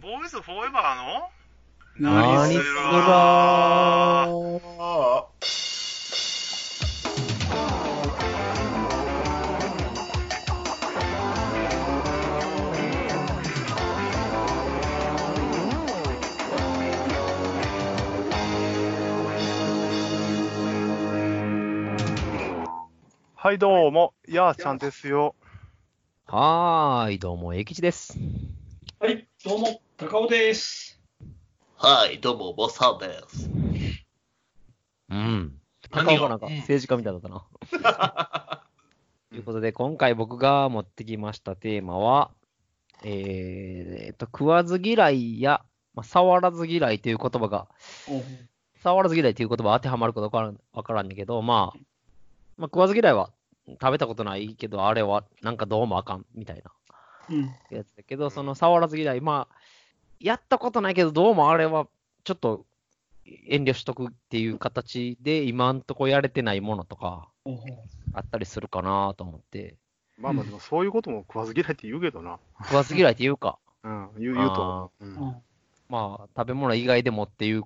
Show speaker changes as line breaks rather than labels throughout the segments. ボーイズフォーエバーの
何するば
ー
ー
はい、どうも、やーちゃんですよ。
はーい、どうも、えきちです。
はい、どうも、高尾です。
はい、どうも、ボサです。
うん。高
何
岡
が
なんか
うん
政治家みたいだったな。 ということで、今回僕が持ってきましたテーマは、えーえっと、食わず嫌いや、まあ、触らず嫌いという言葉が、触らず嫌いという言葉当てはまるかどうかわからんわからんねんけど、まあ、まあ、食わず嫌いは食べたことないけど、あれはなんかどうもあかんみたいな。
うん。
やつだけど、その触らず嫌い、まあ、やったことないけど、どうもあれはちょっと遠慮しとくっていう形で、今んとこやれてないものとか、
おほ
あったりするかなと思って、
まあまあ、でもそういうことも食わず嫌いって言うけどな。
食わず嫌いっていうか、
うん、言う言うと思う。うん
まあ、食べ物以外でもっていう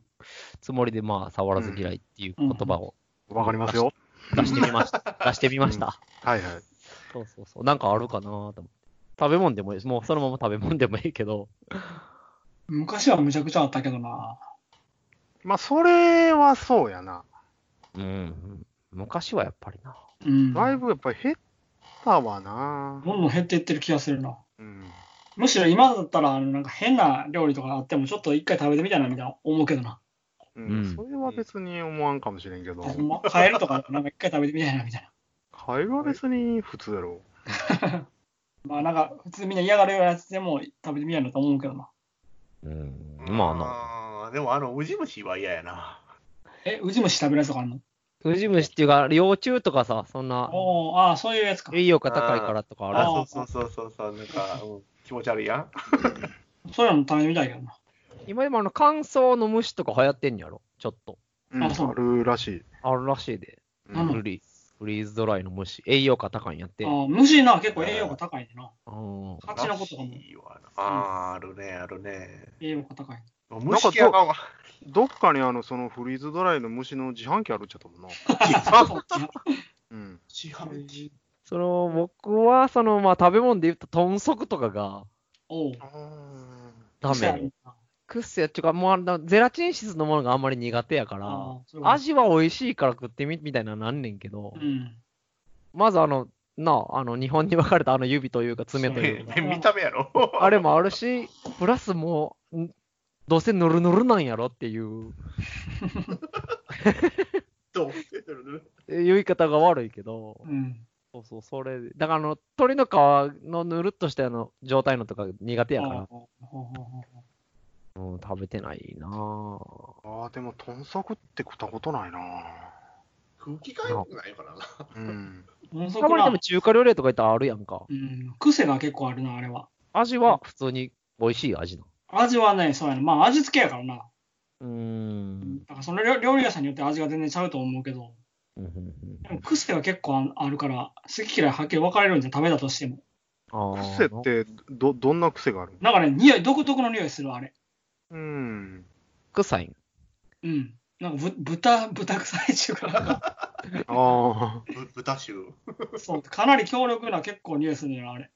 つもりで、まあ、触らず嫌いっていう言葉を
わかりますよ。
出してみました。出してみました。
はいはい。
そうそうそう。なんかあるかなと思って。食べ物でもいいです。もうそのまま食べ物でもいいけど、
昔はむちゃくちゃあったけどな。
まあ、それはそうやな。
うん。昔はやっぱりな。
うん。
だい
ど
ぶやっぱり減ったわな。
んどん減っていってる気がするな。
うん。
むしろ今だったら、あのなんか変な料理とかあっても、ちょっと一回食べてみたいなみたいな思うけどな。
うん、それは別に思わんかもしれんけど、
ほんまカエルとか、なんか一回食べてみたいなみたい
カエルは別に普通やろ。
な。まあなんか、普通みんな嫌がるようなやつでも食べてみたいなと思うけどな。
うん。まあな。
あーでも、あの、ウジ虫は嫌やな。
え、ウジ虫食べるやつとかあるの
ウジ虫っていうか、幼虫とかさ、そんな、
おーああ、そういうやつか。
栄養価高いからとかある
あ
や
ー
そうそうそうそうそう、なんか、うん気持ち悪いやん。
そういうの食べてみたいけどな。
ん今でもあの乾燥の虫とか流行ってんやろ、ちょっと。
うん、
あそう
あるらしい。
あるらしいで、
う
なの
ん、
フリーフリーズドライの虫、栄養価高いんやって。
あ
うん、
ー虫な、結構栄養が高いねんな。
あ
蜂のことかも
いいわなあーあるね、あるね。
栄養が高い。
虫嫌いかも。
どっかにあのそのフリーズドライの虫の自販機あるっちゃったもんな。うん、
市販機
その僕はその、まあ、食べ物で言うと、豚足とかが
おう。
ダメ。クッセやっちゅうか、もうあのゼラチン質のものがあんまり苦手やか
あ
ら、
ーそれは
味は美味しいから食ってみみたいなのなんねんけど、
うん。
まずあの、なあ、あの日本に分かれたあの指というか爪というか
ね。見た目やろ。
あれもあるし、プラスもう、んどうせぬるぬるなんやろっていう
どうしてる
言い方が悪いけど、
うん。
そうそう、それで、だからあの、鳥の皮のぬるっとしたあの状態のとか苦手や
あ
か
あほうほうほう
ら、うん、食べてないなぁ。
ああ、でも豚足って食ったことないな。
空気感よくないからな。
うん、
豚足
たまに
な
でも中華料理屋とか行ったらあるやんか。
うん、癖が結構あるな、あれは。
味は普通に美味しい味な
味はね、そうやな。まあ、味付けやからな。
の。うーん。
だから、その料料理屋さんによって味が全然ちゃうと思うけど、
うんうんうん
でも癖が結構ああるから、好き嫌いはっきり分かれるんじゃん、食べたとしても。
あー
癖ってどどんな癖がある
なんかね、匂い、独特の匂いする、あれ。
うん。
臭いん。
うん。なんかぶ、豚、豚臭いっていうかなんか、
ああ、
ぶ豚臭。
そう、かなり強力な結構匂いするのよ、あれ。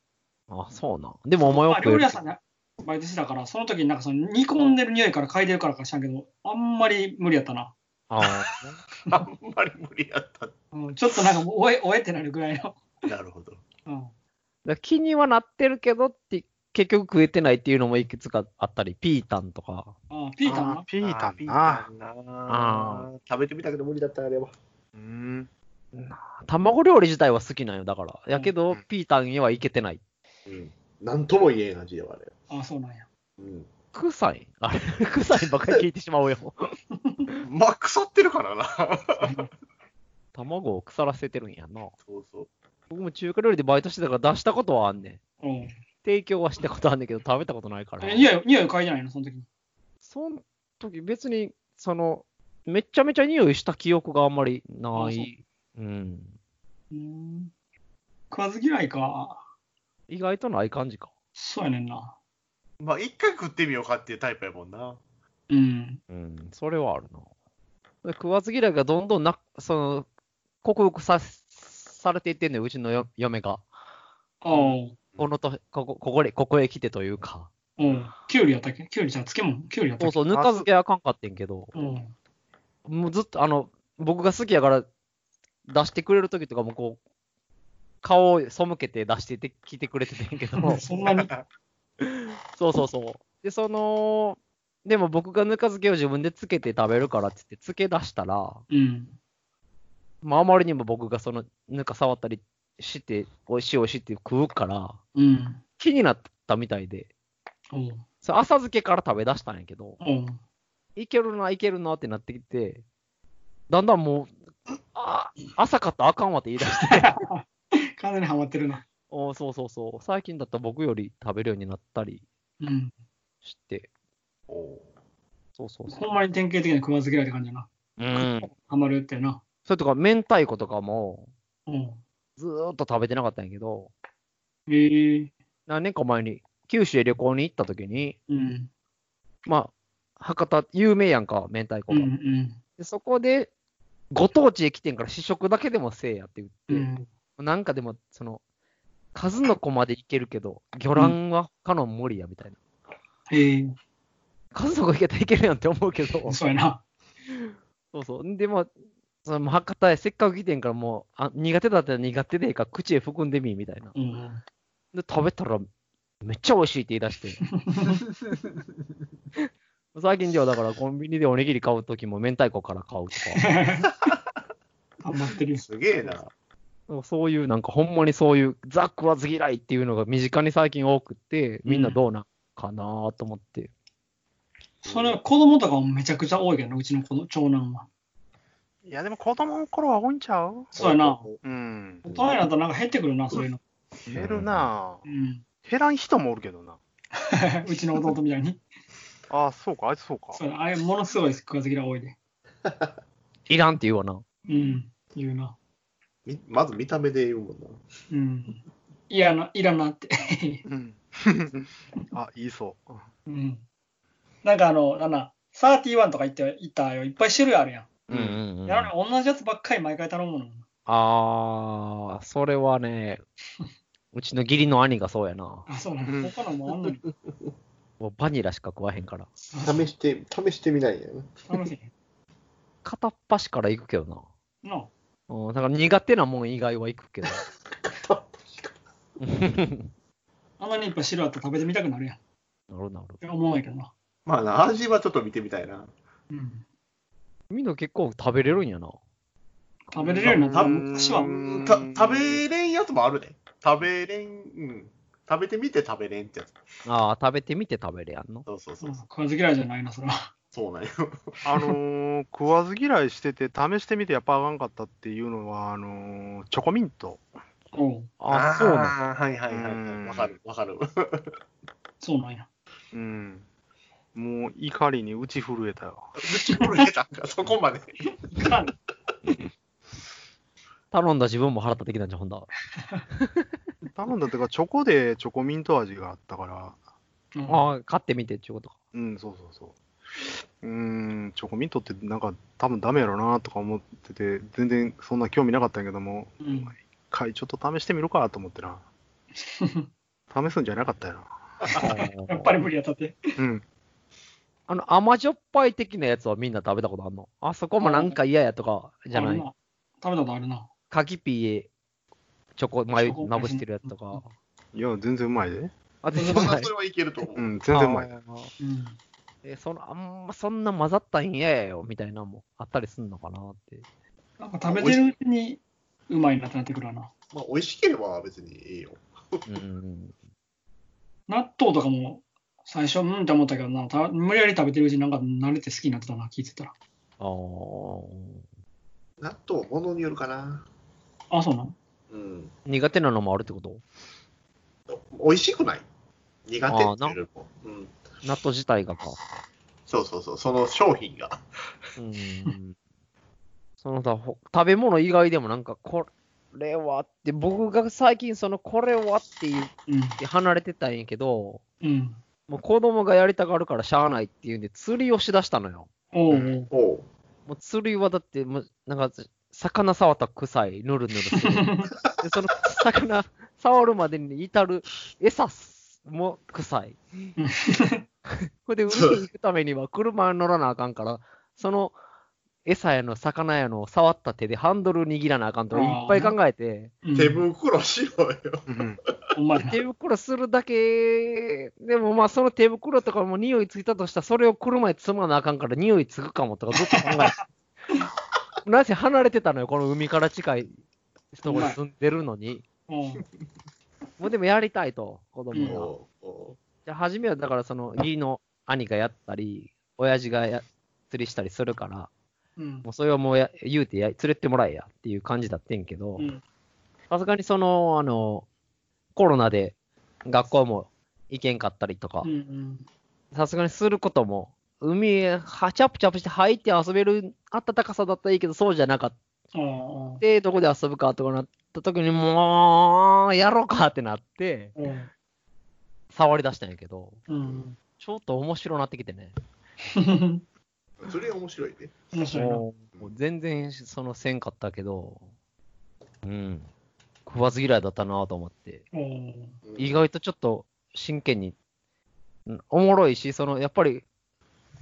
あ、そうなん。でもお前
ま
は
あ、
食え
料
る
理屋さんでバイトしてたから、その時になんかその煮込んでる匂いから嗅いでるからか知らんけど、あんまり無理やったな。
あー
あんまり無理やった。
うん、ちょっとなんかもう、おえ、おえってなるぐらいの。
なるほど。
うん。
だから気にはなってるけどって、結局食えてないっていうのもいくつかあったり、ピータンとか。
あピータン
あ
な。
ピータンな。
あー。ピータンな食べてみたけど無理だったあれは。
うん。
卵料理自体は好きなんよ、だから。やけ
う
ど
ん、
ピータンにはいけてない。
うん。なんとも言えん味ではあれ。
あそうなんや。
うん。
臭いあれ、臭いばっかり聞いてしま うよ。
まあ、腐ってるからな。
卵を腐らせてるんやな。
そうそう。
僕も中華料理でバイトしてたから出したことはあんねん。
うん。
提供はしたことあんねんけど、食べたことないから
え。匂い、匂い嗅いでないの、その時に。
そん時別に、その、めちゃめちゃ匂いした記憶があんまりない。うん。
うん。食わず嫌いか。
意外とない感じか。
そうやねんな。
まあ、一回食ってみようかっていうタイプやもんな。
うん。
うん、それはあるな。で食わず嫌いがどんどんな、その、克服さ、されていってんのよ、うちのよ嫁が。
ああ。
このと、ここ、ここで、ここへ来てというか。
うん。キュウリやったっけキュウリじゃん漬物キュウリやった
そう
っけ
そう、ぬか漬けはあかんかってんけど、
うん。
もうずっと、あの、僕が好きやから、出してくれる時とかもこう、顔を背けて出しててきてくれててんけど、
そんなに。
そうそうそう。で、その、でも僕がぬか漬けを自分でつけて食べるからって言って、つけ出したら、
うん。
まあ、あまりにも僕がその、ぬか触ったりして、おいしいおいしいって食うから、
うん。
気になったみたいで、
おう
それ浅漬けから食べ出したんやけど、
おう
いけるな、いけるなってなってきて、だんだんもう、あ朝かったらあかんわって言い出して、
完全にハマってるな。
おそうそうそう、最近だったら僕より食べるようになったり
うん。
して、
おう
そうそうそ
ほんまに典型的な食わず嫌いって感じやな。
う。うん。
ハマるってな。
それとか、明太子とかも、
うん。
ずーっと食べてなかったんやけど、
ええ
何年か前に、九州へ旅行に行った時に、
うん。
まあ、博多、有名やんか、明太子
う
が。
ん。
でそこで、ご当地へ来てんから試食だけでもせえやって言って、
うん。
なんかでも、その、数の子までいけるけど、魚卵は他の無理やみたいな。
ええ
数の子いけたらいけるやんって思うけど、
そうやな。
そうそう。でも、そのもう博多へせっかく来てんから、もうあ苦手だったら苦手でええから口へ含んでみみたいな。
うん。
で、食べたら、めっちゃ美味しいって言い出して。 最近ではだからコンビニでおにぎり買うときも明太子から買うとか
ハマってるよ。
すげえな。
なんかそういうなんかほんまにそういうザ食わず嫌いっていうのが身近に最近多くって、みんなどうなんかなと思って。
それは子供とかもめちゃくちゃ多いけどな、うちの子の長男は。
いや、でも子供の頃は多いんちゃう
そうやな。
うん。
大人になったらなんか減ってくるな、そういうの。
減るな
う。ん。
減らん人もおるけどな。
うちの弟みたいに。
ああ、そうか、あいつそうか。
そうやあれ、ものすごい食わず嫌い多いで。
いらんって言うわな。
うん。言うな。
みまず見た目で言うもんな。
うん。いやな、いらなって。
うん。 あ、言いそう。
うん。なんかあの、なんだ、31とか言っていたよ。いっぱい種類あるやん。
うん
ん
やのに同じやつばっかり毎回頼むの。
あー、それはね、うちの義理の兄がそうやな。
あ、そうな
うん
の。他のもあんのに。
もうバニラしか食わへんから。
試して、試してみないんやな。
楽し い。
片っ端から行くけどな。
なあ
うん、だから苦手なもん以外は行くけど。
あんなにいっぱい汁あったら食べてみたくなるやん。っ
なるなる。
て思うんやけどな。
まあな、味はちょっと見てみたいな。
うん。
みんな結構食べれるんやな。
食べれるようになった
う
昔は。
うん
た食べれんやつもあるね。食べれん、うん。食べてみて食べれんってやつ。
ああ、食べてみて食べれやんの。
そうそう
そ
そうう。
そう食わず嫌いじゃないな、それは。
そうなんよ。
あのー食わず嫌いしてて、試してみてやっぱあかんかったっていうのは、あのーチョコミント。
おう
ああ、そうなん。
んはいはいは
う
い。
ん
わかる、わかる。
そうなんや。
うん。もう怒りに打ち震えたよ。
口コル出たんか、そこまで。
いかん。
頼んだ自分も腹立ってきたんじゃん、ほんだ。
頼んだってか、チョコでチョコミント味があったから、
うん
ああ、買ってみてっていうことか。
うん、そうそうそう。うーん、チョコミントってなんか多分ダメやろなとか思ってて、全然そんな興味なかったんやけども、
うん。
一回ちょっと試してみるかと思ってな。試すんじゃなかったよな。
やっぱ
り。
り無理やったって。
うん。
あの、甘じょっぱい的なやつはみんな食べたことあんのあそこもなんか嫌やとかじゃな
あ
い
る。食べたことあるな。
カキピーへチョコま
チョコ
まぶしてるやつとか。
いや、全然うまいで。
あ、全然
ま
うま
あ
い
そ。れはいけると思
う
う。
ん、全然うまい。
あー
うん。
えそのあんまそんな混ざったん嫌やよみたいなのもあったりすんのかなって。
なんか食べてるうちにうまいなってなってくるわな。
まあ、美味しければ別にいいよ。
うん。
納豆とかも最初、うんって思ったけどな、た無理やり食べてるうちになんか慣れて好きになってたな、聞いてたら。
あー
納豆は物によるかな。
あ、そうなん
うん。
苦手なのもあるってこと
美味しくない苦手っていうよりも。うん。
納豆自体がか。
そうそうそう、その商品が。
うん。その他、ほ食べ物以外でもなんか、これはって、僕が最近そのこれはって言っ
うん。
て離れてたんやけど、
うん。
もう子供がやりたがるからしゃあないっていうんで、釣りをしだしたのよ。
おうおう。
おう。
もう釣りはだって、もうなんか、魚触ったら臭い、ぬるぬるする。で、その魚触るまでに至る餌も臭い。これで、海に行くためには車に乗らなあかんから、その餌やの魚やのを触った手でハンドル握らなあかんとかいっぱい考えて、
うん
手袋しろよ。
うん
ほんまや な
手袋するだけ、でもまあその手袋とかも匂いついたとしたら、それを車に積まなあかんから匂いつくかもとかずっと考 えて。なぜ離れてたのよ、この海から近い人が住んでるのに。
おう
もうでもやりたいと、子供が。
おうお
じゃあ初めはだからその義理の兄がやったり、親父がや釣りしたりするから、
うん
もうそれはもうや言うてや連れてもらえやっていう感じだってんけど
う、ん
さすがにその、あの、コロナで学校も行けんかったりとか
う、ん
さすがにすることも、海へはチャプチャプして入って遊べる暖かさだったらいいけど、そうじゃなかった。
うんおう
で、どこで遊ぶかとかなった時に、もう、やろうかってなって、
おうおう
触り出したんやけど、
うん
ちょっと面白なってきてね。
うそれ面白いね。
面白いな。
もうもう全然そのせんかったけど、うん、食わず嫌いだったなと思って、
おう
うん
意外とちょっと真剣に、うんおもろいし、そのやっぱり、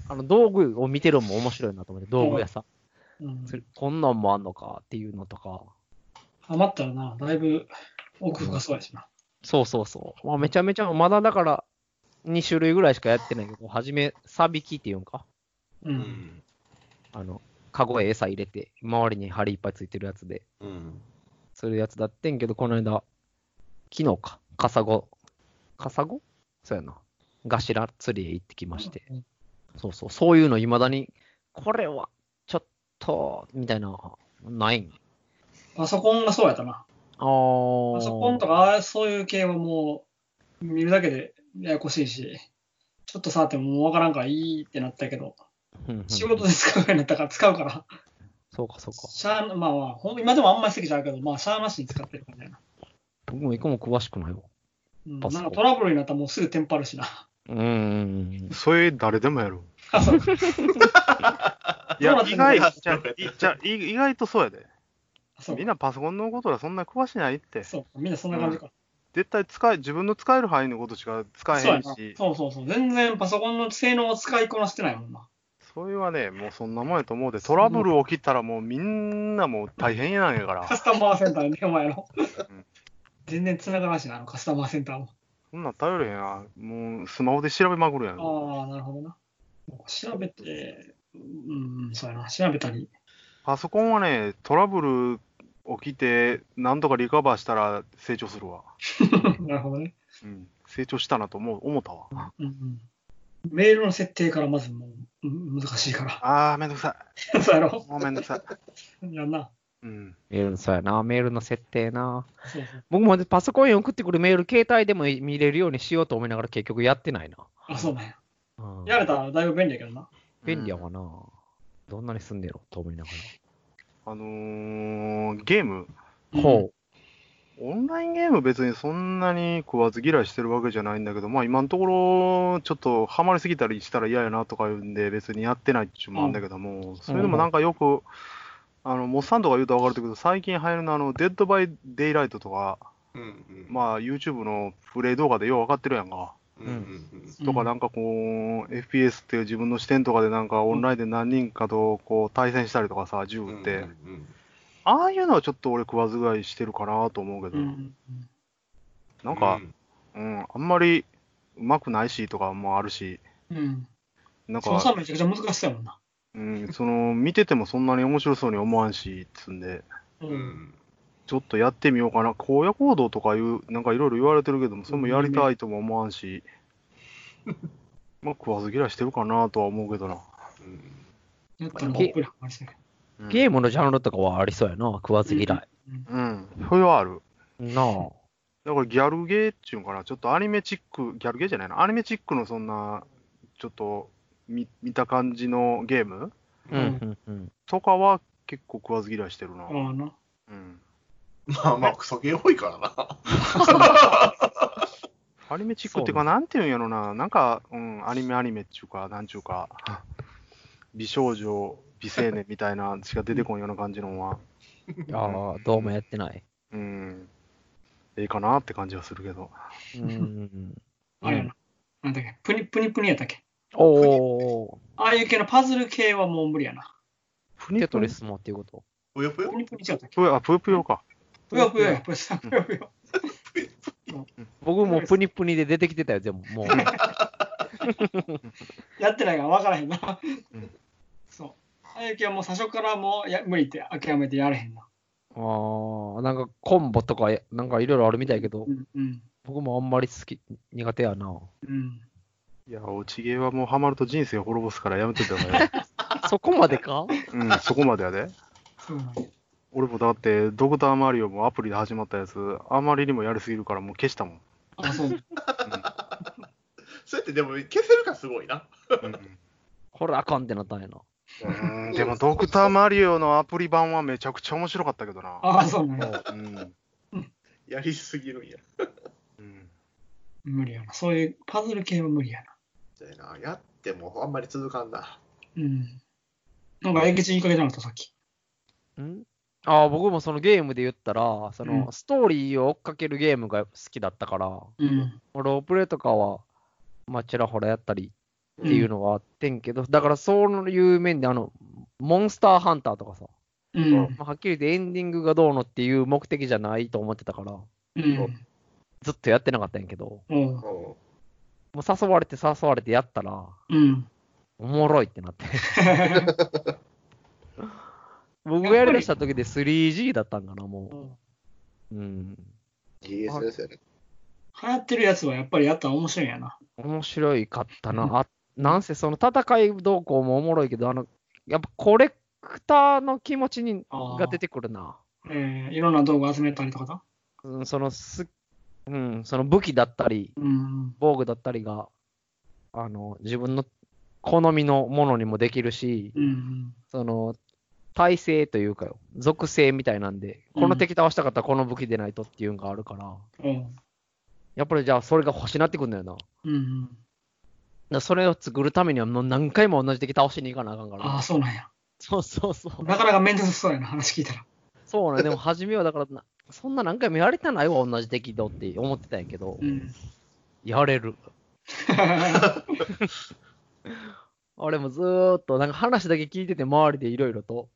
あの道具を見てるのも面白いなと思って、道具屋さん、
うん
それこんなんもあんのかっていうのとか、
ハマったらな、だいぶ奥深そうやしな。
そうそうそう、まあ、めちゃめちゃ、まだだから2種類ぐらいしかやってないけど、初め、サビキっていうんか、
う。
うんん。
あの、カゴへ餌入れて、周りに針いっぱいついてるやつで、
うん。
するやつだってんけど、この間、昨日か、カサゴ、カサゴそうやな。ガシラ釣りへ行ってきまして。そうそう、そういうの未だに、これは、ちょっと、みたいな、ないん。
パソコンがそうやったな。
あー
パソコンとか、ああそういう系はもう、見るだけでややこしいし、ちょっと触ってももうわからんからいいってなったけど、
うんうん
仕事で使うようになったから使うから、
そうか、そうか。
しゃあな、まあまあ、ほん今でもあんまり好きじゃないけど、まあ、しゃあなしに使ってるみたいな。
僕も一個も詳しくないわ。
うん、な
パ
ん
ソコン
かトラブルになったらもうすぐテンパるしな。
うーん。
それ誰でもやろ。
あそう
いや意外
どうなっ、てんの
じゃいじゃ意意外とそうやで。
あそう
みんなパソコンのことらそんな詳しないって。
そうみんなそんな感じか。
絶対使え、自分の使える範囲のことしか使え
そう
へ
や
ん
な
し、
そうそうそう。全然パソコンの性能を使いこなしてないもんな。
それはね、もうそんなもんやと思うで、トラブル起きたらもうみんなもう大変やなんやから
カ。スタマーセンターに電話やろ
ん。
全然繋がらんしな、あのカスタマーセンターも。
そんなん頼れへんやん。もうスマホで調べまくるやん。
ああ、なるほどな。調べて、うん、そうやな、調べた り。
パソコンはね、トラブル起きて、なんとかリカバーしたら成長するわ。
なるほどね、
うん、成長したなと思う思ったわ。
うんうん。メールの設定からまずもう、うん難しいか
あー、めんどくさ
ら。 そうやろ
い。もうめんどくさい。
やんな。
うん。
メールの、そうやな、メールの設定な。
そうそう。
僕もパソコンに送ってくるメール、携帯でも見れるようにしようと思いながら結局やってないな。
あ、そうなんや。
うん
やれたらだいぶ便利やけどな。
便利やわな、どんなに住んでろと思いなが
あのー、ゲーム、
ら。
ほ
オンラインゲーム別にそんなに食わず嫌いしてるわけじゃないんだけど、まあ今のところ、ちょっとハマりすぎたりしたら嫌やなとか言うんで、別にやってないっちゅうもあんだけども、それでもなんかよく、あの、モッサンとか言うと分かるけど、最近流行るのはあの、デッドバイデイライトとか、
うんうん。
まあ YouTube のプレイ動画でよう分かってるやんか。
うんうん
う
とか、なんかこう、FPS っていう自分の視点とかで、なんかオンラインで何人かとこう対戦したりとかさ、銃
うん。
撃って、
うんうん
ああいうのはちょっと俺、食わずがいしてるかなと思うけ
う
ど、
んうんうん
なんか、
う
うん、あんまりうまくないしとかもあるし、
うん。
なん
操作
か、
めちゃくちゃ難しそうやもんな。
うん、その見ててもそんなに面白そうに思わんし、つんで、
う
う。ん
ちょっとやってみようかな、荒野行動とかいう、なんかいろいろ言われてるけども、それもやりたいとも思わんし、まあ食わず嫌いしてるかなとは思うけどな。
うん
やったらもうこれハマりそうやけ
ゲー
ム
ムのジャンルとかはありそうやな、食わず嫌い。な
うん、それはある。
あ。
だからギャルゲーっていうんかな、ちょっとアニメチック、ギャルゲーじゃないな、アニメチックのそんな、ちょっと見見た感じのゲーム
う
うん
う
ん、
ん、うん。
とかは結構食わず嫌いしてるな。
ど。ああな。
うん。
まあまあ、クソゲー多いからな。
流アニメチックっていうか、
そう
なんていうんやろな、なんか、うん、アニメアニメっていうか、なんちゅうか、美少女、美青年みたいなしか出てこんような感じのは、
ああ、どうもやってない。
うん、ええかなって感じはするけど。
うん。
あれやな。なんだっけ、プニプニプニやったっけ。
おー、
ああいう系のパズル系はもう無理やな。
プ
テトリ。スもっていうこと。
ぷよぷよ
プニプニちゃったっけ。
ぷよあ、ぷよぷよか。
ぷよぷよや、ぷよぷよぷよ。
僕もプニプニで出てきてたよ、でも、もう。
やってないから分からへんな
うん。
そう。ああいう系はもう最初からもうや無理って諦めてやれへんな。
ああ、なんかコンボとか、なんかいろいろあるみたいけど
う、んうん。
僕もあんまり好き、苦手やな。
うん。
いや、落ちゲーはもうハマると人生滅ぼすからやめてた からよ。
そこまでか
うん、そこまでやで。
そうなんや
俺もだって、ドクターマリオもアプリで始まったやつ、あまりにもやりすぎるからもう消したもん。
あ、そうなんや。
そうやってでも消せるかすごいな。
う
これあかんってなったんやな。
ん、でも、ドクターマリオのアプリ版はめちゃくちゃ面白かったけどな。
あ、そうなんや。
うん。
やりすぎるんや。
うん
無理やな。そういうパズル系は無理やな。
みたいな。やってもあんまり続かんな。
うん。なんか、えげち言いかけじゃなかった、さっき。
んああ、僕もそのゲームで言ったら、その、
うん
ストーリーを追っかけるゲームが好きだったから、
うん。
ロープレイとかは、まあ、ちらほらやったりっていうのはあってんけど、だからそういう面で、あの、モンスターハンターとかさ、
うん。
まあ、はっきり言ってエンディングがどうのっていう目的じゃないと思ってたから、
うん。
ずっとやってなかったんやけど、
うん。
お
もう誘われて誘われてやったら、
うん。
おもろいってなって。僕がやりだした時で 3G だったんかな、もう。うん。
DS ですよね。
流行ってるやつはやっぱりやったら面白いんやな。
面白いかったな。あなんせその戦い動向もおもろいけど、あの、やっぱコレクターの気持ちに
あー
が出てくるな。
えー、いろんな道具集めたりとかだ。
うん、そのす、うん、その武器だったり、
うん。
防具だったりが、あの、自分の好みのものにもできるし、
うん。
その、体性というかよ、属性みたいなんで、この敵倒したかったらこの武器でないとっていうのがあるから、
うん。
やっぱりじゃあそれが欲しなってくんだよな。だか
うん。
らそれを作るためにはもう何回も同じ敵倒しに行かなあかんから。
ああ、そうなんや。
そうそうそう。
なかなか面倒くさそうやな、話聞いたら。
そうね、でも初めはだからな、そんな何回もやれてないわ、同じ敵どって思ってたんやけど、
うん。
やれる。俺もずーっと、なんか話だけ聞いてて、周りでいろいろと。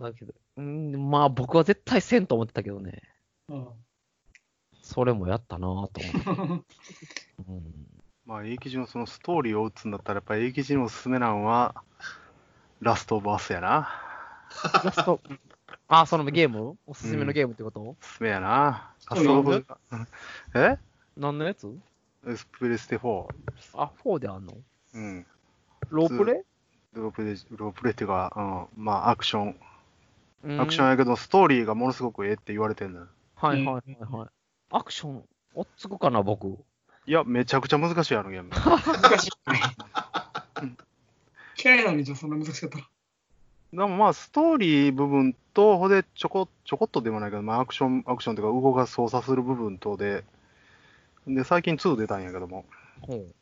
だけど、うんまあ僕は絶対せんと思ってたけどね、
う
それもやったなぁと思って。
ん
うん
まあ、英吉のそのストーリーを打つんだったら、やっぱ英吉におすすめなのは、ラストオブアスやな。
ラスト。 あ、そのゲームおすすめのゲームってこと、
おすすめやな。ラ
そう
ス
な
トオ
んだ
ブ、え
何のやつ
プレステ4。
あ、4であんの
うん。
ロープレ
ロープレ、ロープレっていうか、うん。まあ、アクション。
イ
アクション
ン。
やけど、ストーリーがものすごくええって言われてんのよ。
はいはいはいはい。アクション、おっつくかな、僕。
いや、めちゃくちゃ難しいやろ、ゲーム。
難しい。嫌いなのに、じゃあそんな難しかったら。
でもまあ、ストーリー部分と、ほんで、ちょこ、ちょこっとでもないけど、まあ、アクション、アクションというか、動か操作する部分とで、で、最近2出たんやけども、
ほう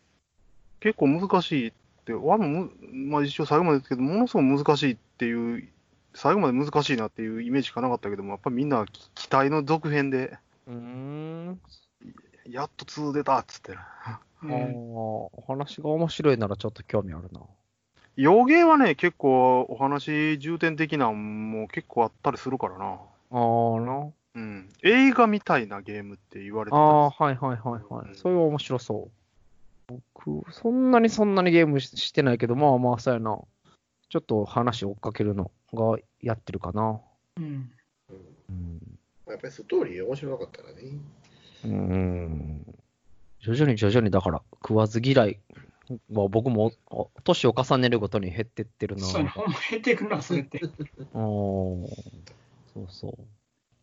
結構難しいって、ワンもむ、まあ、一応最後までですけど、ものすごく難しいっていう、最後まで難しいなっていうイメージしかなかったけども、やっぱみんな期期待の続編で、
うーん。
やっと2出たっつってな。
あ
う
ー
ん
お話が面白いならちょっと興味あるな。
洋芸はね、結構お話重点的なんも結構あったりするからな。
あーな。
うん。映画みたいなゲームって言われて
あ
たり
あー、はいはいはいは
うん
い。それは面白そう。僕、そんなにそんなにゲームししてないけど、まあまあ、そうやな。ちょっと話追っかけるのがやってるかな。
う
う
ん。
ん
うん
やっぱりストーリー面白かったらね。
うーん徐々に徐々にだから食わず嫌いは僕もあ年を重ねるごとに減ってってるな。
そうやな、ほんま減っていくな、それって。
おーそうそ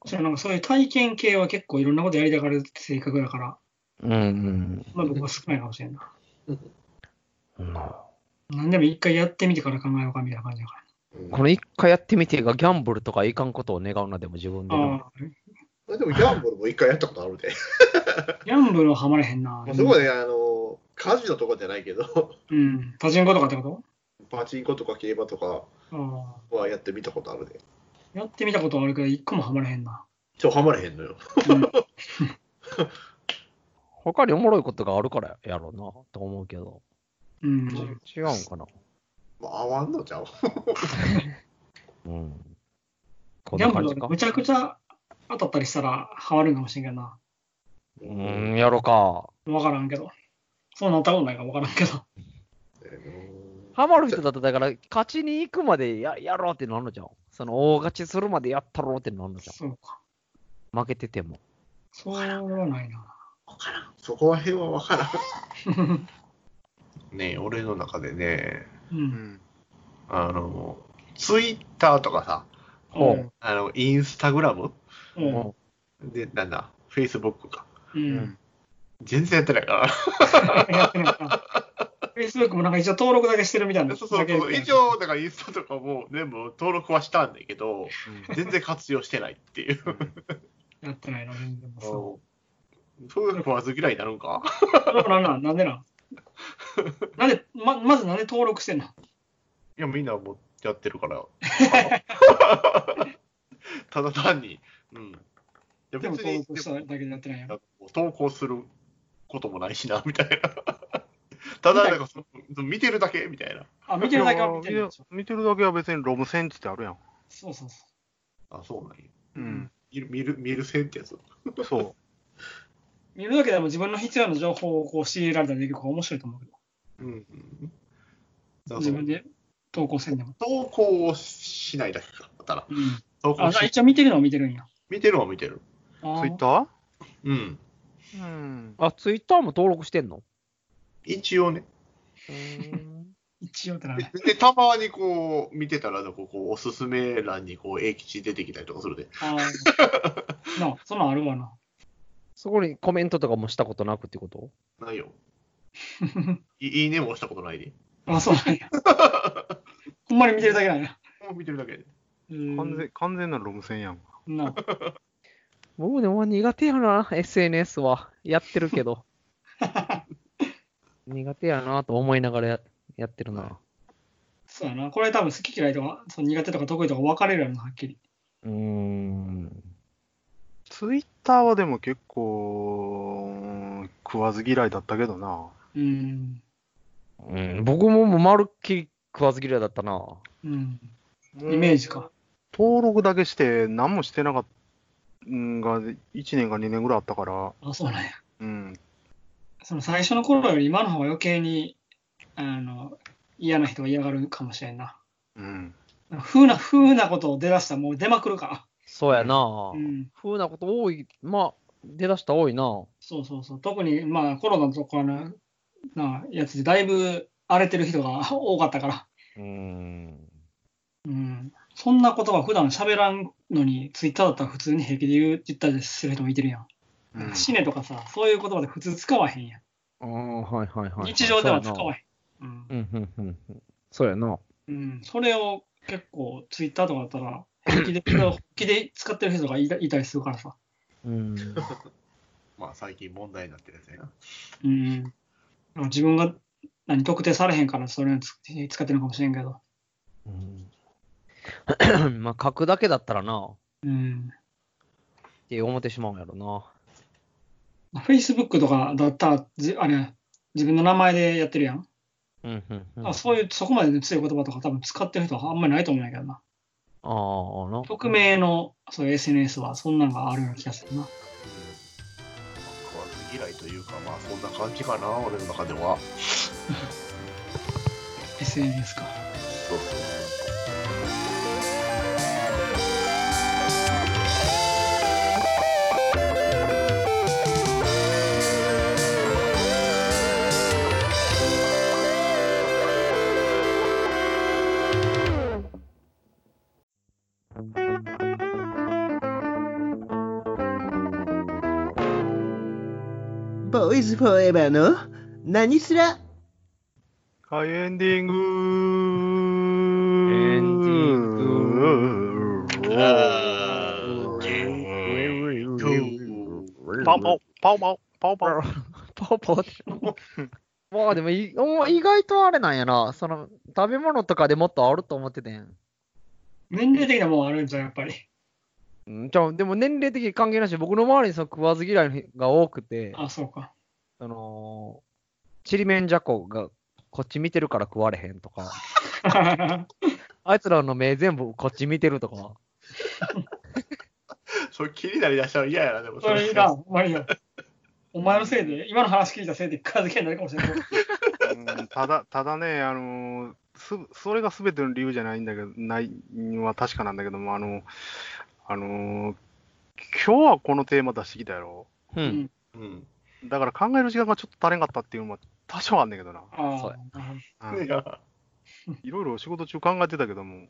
そうなんかそういう体験系は結構いろんなことやりたがる性格だから、
う。うんうん
まあ僕は少ないかもしれんな。
うん。
何でも一回やってみてから考えようかみたいな感じだか
うん
この一回やってみてがギャンブルとかいかんことを願うなでも自分で
ら。
な。
ああ、
でもギャンブルも一回やったことあるで。
ギャンブルはハマれへんな
まあ。そこはね、あの、カジノとかじゃないけど、
うん。パチンコとかってこ
パチンコとか競馬とか
とあ
はやってみたことあるで。
あ。やってみたことはあるけど、一個もハマれへんな。
ちょ、ハマれへんのよ。
うん
他におもろいことがあるからやろうな、と思うけど。
うん。
違うんかな。
まあ、合わんのちゃう
うん。 こん
ギ
な
ャンブ
感
ル
じか
は。むちゃくちゃ当たったりしたらハマるんかもしれんけどな。
うーん、やろか。
わからんけど。そうなったことないからわからんけど。
ハマる人だったら、だから、勝ちに行くまでややろうってなるのじゃん。その、大勝ちするまでやったろうってなるのじ
そうか。
ゃん。負けてても。
そうはないな。
そこら辺は分からん。
ね俺の中でね、
う。
うんん。
あの、ツイッターとかさ、
ほ
うん
う。
あの、インスタグラム
うん。
で、なんだ、フェイスブックか。
う。
うんん。
全然やってない から。
やってないな。Facebook もなんか一応登録だけしてるみたいな。
そうそうそう。一応、だからインスタとかも全部登録はしたんだけど、全然活用してないっていう。
やってないな、全然。そ
そう。そういうの食わず嫌いになるんか
う。なんなん、なんでなんなんで、ま、まずなんで登録してんの
いや、みんなもうやってる から。ただ単に、うん。いや、
でも
別
登
に、
録した
で
だけでやってないよ。
も投稿することもないしな、みたいな。 ただ、なんかその、見てるだけみたいな。
あ、見てるだけは見てるんでしょ。
見てるだけは別にロムセンチってあるやん。
そうそうそ
あ、そうなんや。
う。
うん。
見る、見る、見る線ってやつ。
そ
見るだけでも自分の必要な情報をこう仕入れられたらできるから面白いと思うけど。
うんうん。だからそ
自
の
分で投稿せんでも。
投稿をしないだけか。だったら。
うん。
投稿
あ、じゃあ
し、
一応見てるのは見てるんや。
見てるは見てる。
ツイ
う。ツイッタ
うん。
ーうん。
あ、ツイッターも登録してんの
一応ね。
一応ってな
で
ね。
で、たまにこう、見てたら、こう、こうおすすめ欄に、こう、英吉出てきたりとかするで。
ああ。なあ、そんなんあるわな。
そこにコメントとかもしたことなくってこと
ないよ。いいいねも押したことないで。
あ、そうなんや。ほんまに見てるだけなんや。
もう見てるだけで。
完全、完全なるロム線やん。
全。なあ。
僕でも苦手やな、SNS は。やってるけ ど。苦手やなと思いながらややってるな。
そうやな。これ多分好き嫌いとか、その苦手とか得意とか分かれるやろな、はっきり。
うーん。
ツイッターはでも結構、食わず嫌いだったけどな。
うん。
うん、僕ももうまるっきり食わず嫌いだったな。
うん。イメージか。
登録だけして何もしてなかったんが1年か2年ぐらいあったから、
あ、そうなんや。
うん、
その最初の頃より今の方が余計に、あの、嫌な人は嫌がるかもしれんな。
うん、
風な、風なことを出だしたらもう出まくるか
そうやな
ら。う。ん。
ふうなこと多い。まあ、出だした多いな。
そうそうそう。特に、まあコロナとかの、なあ、やつでだいぶ荒れてる人が 多かったから。
うーん。
うん。そんなことが普段喋らんのに、ツイッターだったら普通に平気で言う言ったりする人もいてるやん。
うん、
死ねとかさ、そういう言葉で普通使わへんやん。
ああ、はいはいはい。
日常では使わ
い。
へん。うん
うん、うん、うん。うんそうやな。
うん、それを結構ツイッターとかだったら平 気で平気で使ってる人がいたいたりするからさ。
うん。
まあ、最近問題になってるやつやな。
うん、自分が何特定されへんからそれをつ使ってるのかもしれんけど。
うんまあ、書くだけだったらな。
うん、
って思ってしまうんやろな。
Facebook とかだったらじあれ自分の名前でやってるやん。
うんうんうん、
あそう
う。
いうそこまで強い言葉とか多分使ってる人はあんまりないと思うんやけどな。
ああ、な。
匿名のそういう SNS はそんなのがあるような気がするな。
食わず嫌いというか、まあ、そんな感じかな、俺の中では。
SNS か。
そうそう。
ボーイズフォーエバーの何すら
はい、エンディング
エンディン
グ
あー
パオパオ、パオパオ、パオパオ。
ポーポー って。まあでもいお意外とあれなんやな。その食べ物とかでもっとあると思っててん。
年齢的なもんあるんじゃん、やっぱり。
うんじゃあでも年齢的に関係なし、僕の周りにその食わず嫌いの人が多くて、
あ、そう か。
そのちりめんじゃこがこっち見てるから食われへんとか、あいつらの目全部こっち見てるとか、
それ気になりだしたら嫌やな、でも
それいらん、お前よ。お前のせいで、今の話聞いたせいで、片付けになるかもしれない。
うんただ、ただね、あのーす、それが全ての理由じゃないんだけど、ないのは確かなんだけども、あの、あのー今日はこのテーマ出してきたやろ。
うんん、
うん。
だから考える時間がちょっと足りんかったっていうのは多少あんねんけどな。
あ
そう
あ、なる
うん
いや、
いろいろ仕事中考えてたけども。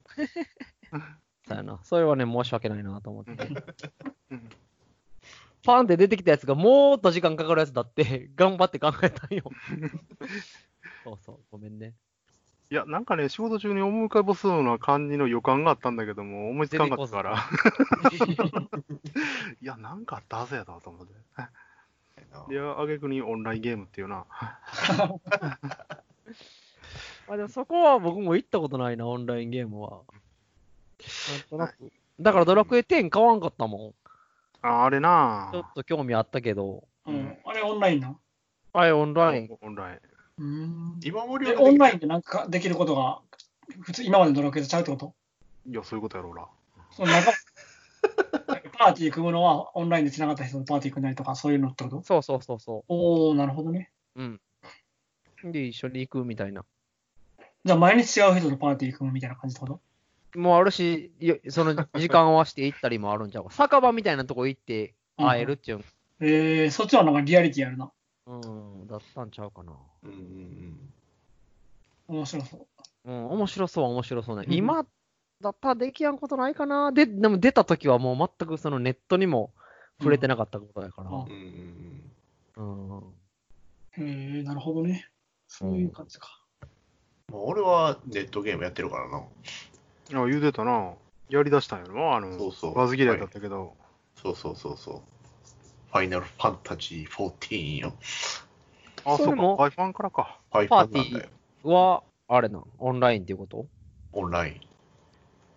そうやな。それはね、申し訳ないなと思って。
うん
パンって出てきたやつがもっと時間かかるやつだって、 頑張って考えたんよ。 そうそう、ごめんね。
いや、なんかね、仕事中に思い浮かぼすような感じの予感があったんだけども、思いつかんかったから。いや、なんかあったはずやなと思って。で、あげくにオンラインゲームっていうな。
まあでもそこは僕も行ったことないな、オンラインゲームは。なんとなく。だからドラクエ10買わんかったもん。
ああれな
ちょっと興味あったけど。
ほどうん。あれ、オンラインな。
あれ、オンライン。
オンライン。
うーん。
今無料
え
で
オンラ
イ
インでなんかできることが、普通、今までのドラクエとちゃうってこと
いや、そういうことやろうな。
その中パーティー組むのは、オンラインで繋がった人のパーティー組んだりとか、そういうのってこと
そうそうそうそ
おおなるほどね。
う。うん。で、一緒に行くみたいな。
じゃあ、毎日違う人とパーティー組むみたいな感じってこと
もうあるし、よその時間を合わせて行ったりもあるんちゃうか。酒場みたいなとこ行って会えるっていう、
えー、そっちはなんかリアリティあるな。
うん、だったんちゃうかな。
ン。うんうん
面白そう。
うん、面白そうは面白そうね。
うん
今だったらできやんことないかな。で、でも出た時はもう全くそのネットにも触れてなかったことだから。
うんあ
うんうんうん
うん。
えー、なるほどね。そういう感じか。
まあ、俺はネットゲームやってるからな。
あ言うてたな。やりだしたんやろな、あの、
そうそう
わず嫌いだったけど。
そうそうそうそう。ファイナルファンタジー14よ。
あ、
そ
そ
れ
うか、
も
iPhone からか。
ファイファンなんだよ。
は、あれなん、オンラインっていうこと
オンライン。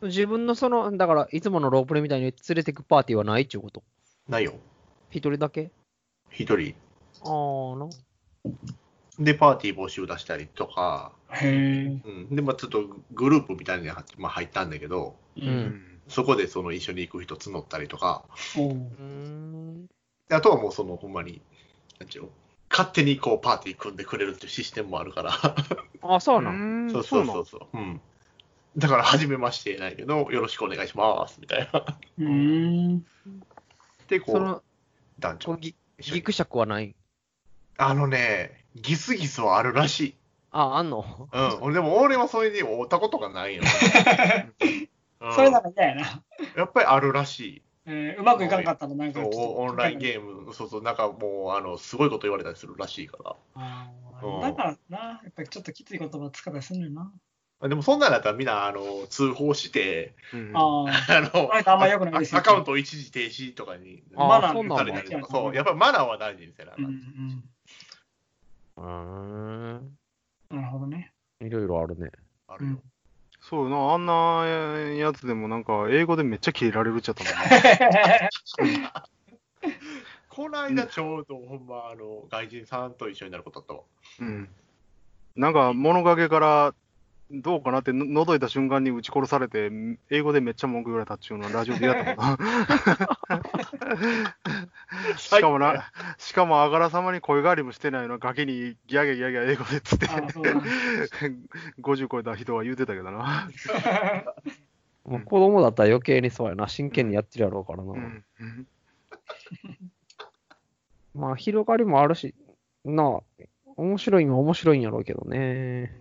自分のその、だから、いつものロープレみたいに連れてくパーティーはないっていうこと
ないよ。
一人だけ
一人。
ああな。
で、パーティー募集出したりとか、
へ
うん、で、まあ、ちょっとグループみたいには、まあ、入ったんだけど、
え。
う
うんん。
そこでその一緒に行く人募ったりとか、
お
う
ー
ーん。
であとはもうそのほんまに、なんちゅうの勝手にこうパーティー組んでくれるっていうシステムもあるから、
あ、そうなん。
ん
そうそう
な
そ
の
うそう、うん。だから、初めましてないけど、よろしくお願いします、みたいな。
うーん。
で、こ、
そうの、
団
こ
長
のぎ
一緒
ギ
に
クシャクはない。
あのね、ギスギスはあるらしい。
あ、あんの
うん、俺でも俺はそれに追ったことが ないよ。うん
それなら嫌やな。
やっぱりあるらしい。
えー、うまくいかんかったら、なん
そ
か
うオンライン
ーム。
ゲーム、そうそう、なんかもう、あの、すごいこと言われたりするらしいか
あ
うん
ーだからな、やっぱりちょっときつい言葉使ったりすんねんな。
ら。でも、そんなんだったらみんな、あの、通報して、
うん
ああ。
あの、
あれあんま良くないですよ
アカウントを一時停止とかに、
あー
マナー
そう
打
な
た
ん
れ
だ
たりと
や
か、そう、やっぱりマナーは大事ですよね。
うんうん。
うーん。
なるほどね。
いろいろあるね。
あるよ。
そうよな、あんなえーやつでもなんか、英語でめっちゃキレられるっちゃったもんね。
この間、ちょうど、ほんま、あの、外人さんと一緒になることだったわ。
うんなんか物陰からどうかなっての覗いた瞬間に撃ち殺されて、英語でめっちゃ文句言われたっちゅうのはラジオでやったもんな。しかもな、しかもあからさまに声変わりもしてないのにガキにギャギャギャギャ英語でっつって
あ、 ーそうなんだ
50超えた人は言うてたけどな。
もう子供だったら余計にそうやな。真剣にやってるやろうからな。
うん
まあ、広がりもあるし、なあ、面白いのは面白いんやろうけどね。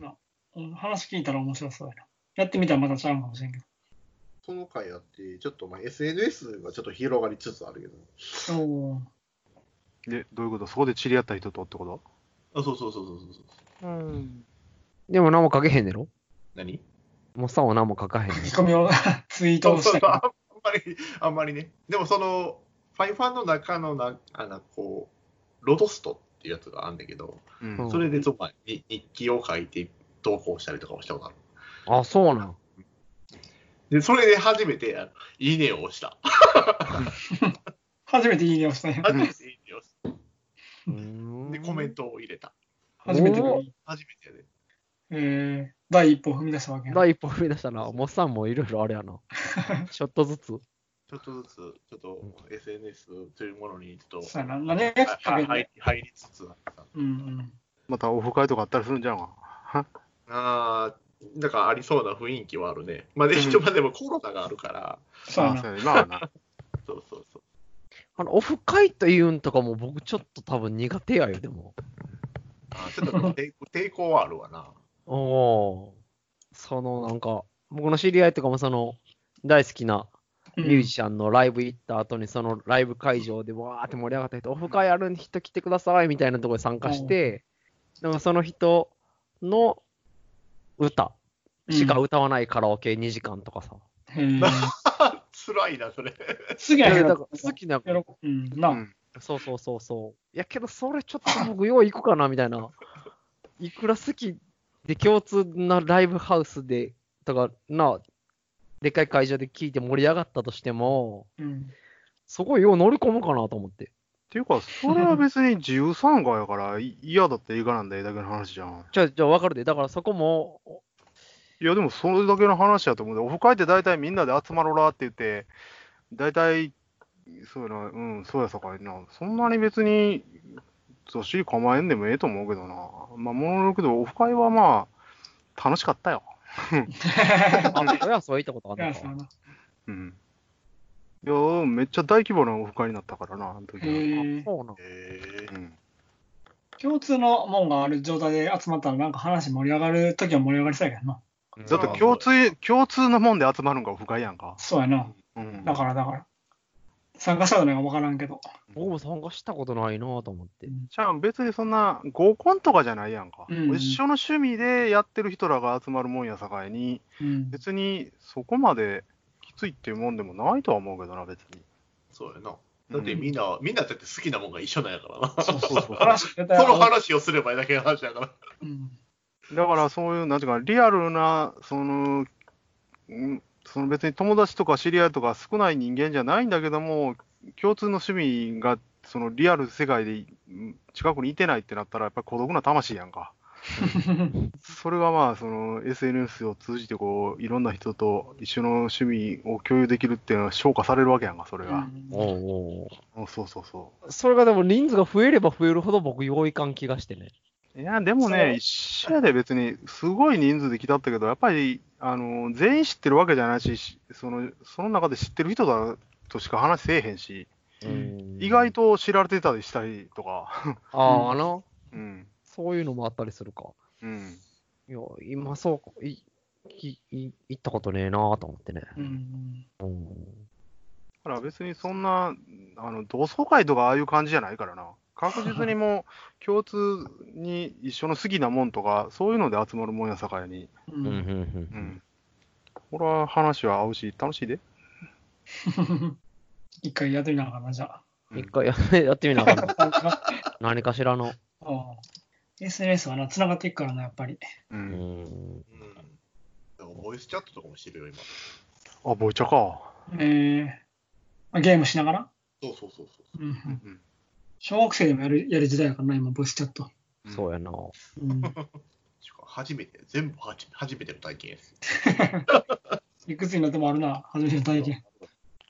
うん話聞いたら面白そうやな。やってみたらまたちゃうかもしれんけ
その回あって、ちょっとまあ SNS がちょっと広がりつつあるけど、
ど。おー
で、どういうことそこで知り合った人とってこと
あ、そうそうそうそうそうそう。
うん。でも何も書けへんねろ
何
もっさんは何 も書かへんね
書き込みを ツイート
そ
を
う
し
そう
た
そう、
り。
あんまり、あんまりね。でも、その、パイファンの中のな、あの、こう、ロドストっていうやつがあんだけど、
うん
うん
それでそうまあに日記を書いて投稿したりとかもしたことある。
あ、そうなん。
で、それで初めて、あのいいねを押した。
初めていいねをしたね。
初めていいねをし
う
た。
ん
で、コメントを入れた。
初めてがい
お
い。
初めてやで。
えー、第一歩踏み出したわけやな。
第一歩踏み出したな、モッさんもいろいろあれや な。ちょっとずつ。
ちょっとずつ、ちょっと SNS というものに、ちょっと
そうやな。何がきっ
は、
かけ
は
で。
い入りつつあった。
うんうん。
またオフ会とかあったりするんじゃんか。
あーなんかありそうな雰囲気はあるね。まあ、で、
うん
一応、まあでもコロナがあるから、
そうや
あ
な。
そうやなまあな
そうそうそう。
あの、オフ会というんとかも僕ちょっと多分苦手やよ、でも。
あーちょっと抵抗抵抗はあるわな。
おおー。そのなんか、僕の知り合いとかもその、大好きな
うん
ミュージシャンのライブ行った後に、そのライブ会場でわーって盛り上がった人、オフ会ある人来てくださいみたいなところに参加して、なんかその人の歌しか歌わないカラオケ2時間とかさ。
うん。
辛いな、それ。
すげえ
いや
や
だ
ろ
から好きな、
やろうん。
う
な、
ん
そうそうそうそう。いやけどそれちょっと僕よう行くかなみたいな。いくら好きで共通なライブハウスで、とかな、でっかい会場で聞いて盛り上がったとしても、
うん。
そこよう乗り込むかなと思って。
っていうか、それは別に自由参加やから、い嫌だって映画なんだよだけの話じゃん。
じゃあ、じゃあ分かるで。だからそこも、
いや、でもそれだけの話やと思うで、オフ会って大体みんなで集まろうらって言って、大体、そうやな、うん、そうやさかいな、そんなに別に、どっしり構えんでもええと思うけどな。まあ、もののけど、オフ会はまあ、楽しかったよ。
あ、そりゃそういったことあ
いや、
るの
そうや
か。
な。
うん。いや、めっちゃ大規模なオフ会になったからな、あの時
へ
は。
え。
そうなん。
えー
うん。
共通のもんがある状態で集まったら、なんか話盛り上がるときは盛り上がりそうやけどな。
だって共通、共通のもんで集まるんがオフ会やんか。
そうやな。
うん。
だからだから。参加したことないか分からんけど。
僕も参加したことないなと思って。
じゃあ別にそんな合コンとかじゃないやんか、
うんうん
一緒の趣味でやってる人らが集まるもんやさかいに
うん。
別にそこまできついっていうもんでもないとは思うけどな別に
そうやな。だってみんな、みんなだって好きなもんが一緒なんやからな。
そうそうそう。話絶対
その
合う
話をすればいいだけの話だから。
うん。
だからそういうなんていうかリアルなそのうんその別に友達とか知り合いとか少ない人間じゃないんだけども共通の趣味がそのリアル世界でうん近くにいてないってなったらやっぱり孤独な魂やん かそれがまあその SNS を通じてこういろんな人と一緒の趣味を共有できるっていうのは消化されるわけやんかそれ
う
が、
ん
おうおう
うんそうそうそ
おうそれがでも人数が増えれば増えるほど僕よういかん気がしてね。
ういやでも
そう
ね一緒やで別にすごい人数で来たったけどやっぱりあの全員知ってるわけじゃないししそのその中で知ってる人だとしか話せえへんし
うん
意外。と知られてたりしたりとか
ああな、
うん
そういうのもあったりするか。
うん
いや、今そう、い、い、い行ったことねえなと思ってね。
うん。
うん。
だから別にそんな、あの同窓会とかああいう感じじゃないからな、確実にもう共通に一緒の好きなもんとか、そういうので集まるもんやさかいに、
う
うんうん
ん。
うん
うん。これは話は合うし、楽しいで。
一回やってみなあかんな、じゃあ。
一回ややってみなあかんな何かしらの。
ああ SNS はな、繋がっていくからな、やっぱり。
う、
うんん。
うん。だからボイスチャットとかもしてるよ、今。
あ、ボイチャか。
えーまあ、ゲームしながら、
そうそうそうそう。
うんう、
うんん
小学生でもやるやる時代やからな、今、ボイスチャット。
そうやな。
うん、
しかも初めて、全部はじ初めての体験です。
いくつになってもあるな、初めての体験。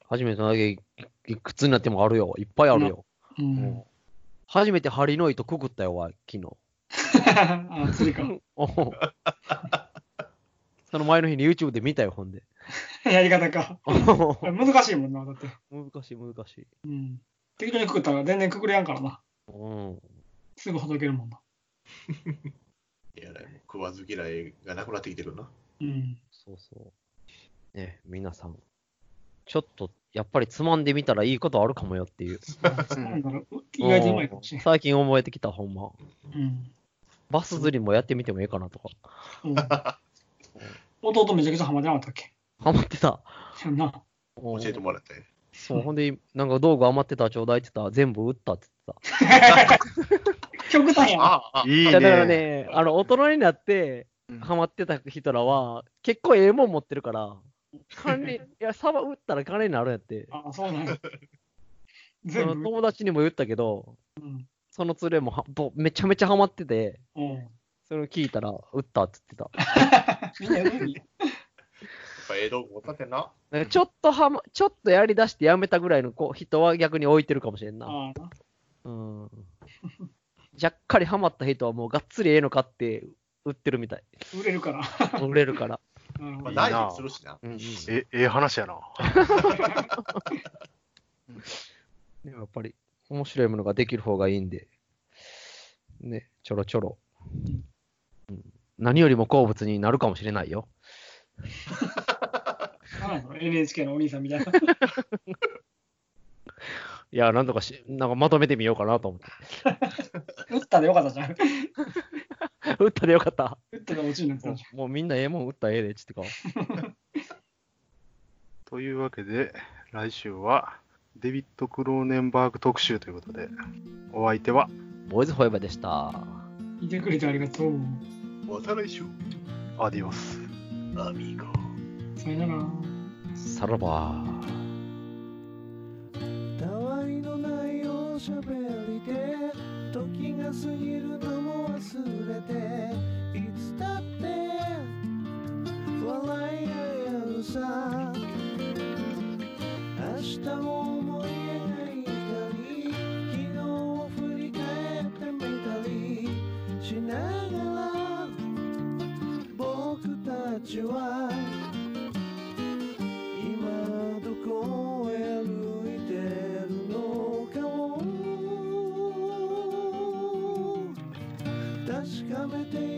初めてのだけいいくつになってもあるよ。いっぱいあるよ。
うん、
初めてハリノイトくくったよ、わい昨日。
あ釣り か。
おうその前の日に YouTube で見たよ、ほんで。
やり方か。
おう
難しいもんな、だって。
難しい、難しい。
うん、適当にくくったら全然くくれやんからな。
うん。
すぐほどけるもんな。
いや、もう食わず嫌いがなくなってきてるな。
うん、
そうそう。ね、皆さん。ちょっと、やっぱりつまんでみたらいいことあるかもよっていう。
そうなんだろう意外とうまいかもしれん。
最近覚えてきた、ほんま。
うん
バス釣りもやってみてもいいかなとか。
うん、弟めちゃくちゃハマってなかったっけ
ハマってた。
やんな。
教えてもらったよ。
そう、ほんで、なんか道具余ってたらちょうだいって言ったら、全部売ったって言って
極端やな。
ああ、あ
いいね。
た。いやだからね、あの、大人になって、
うん
ハマってた人らは、結構ええもん持ってるから、金、いや、サバ売ったら金になるんやって。
あ、そうなんや。
その
全部。
友達にも言ったけど、
うん。
その連れもはぼめちゃめちゃハマってて、
うん
それを聞いたら、売ったって言ってた。
みんなやる に。
やっぱ江戸持たてな。
なんかちょっとはま、ちょっとやりだしてやめたぐらいの子人は逆に置いてるかもしれんな。
ああ
うん。 じゃっかりハマった人はもうがっつりええの買って売ってるみたい。
売れるから。
売れるから。
なるほ
まあ、
ど
大事にするしな。
うんうん
え、ええ話やな。
でもやっぱり面白いものができる方がいいんで、ね、ちょろちょろ。うん何よりも好物になるかもしれないよ。
なんやその NHK のお兄さんみたいな。
いや、なんとかし、なんかまとめて みようかなと思っ
打ったでよかったじゃん。
て。打ったでよかった。
打ったで落ちになった
も
じ
うもうみんなええもん打ったらええで、ちってか。
というわけで、来週はデビッド・クローネンバーグ特集ということで、お相手は、
ボーイズフォーエバーでした。
ゃん。いてくれてありがとう。
また来週、
アディオス。
アミーゴ。
さよなら。
さらば。
たわいのないおしゃべりで時が過ぎるのも忘れていつだって笑い合えるさ明日を思い描いたり昨日を振り返ってみたりしながら僕たちは今どこへ歩いてるのかを確かめてゆ Oh,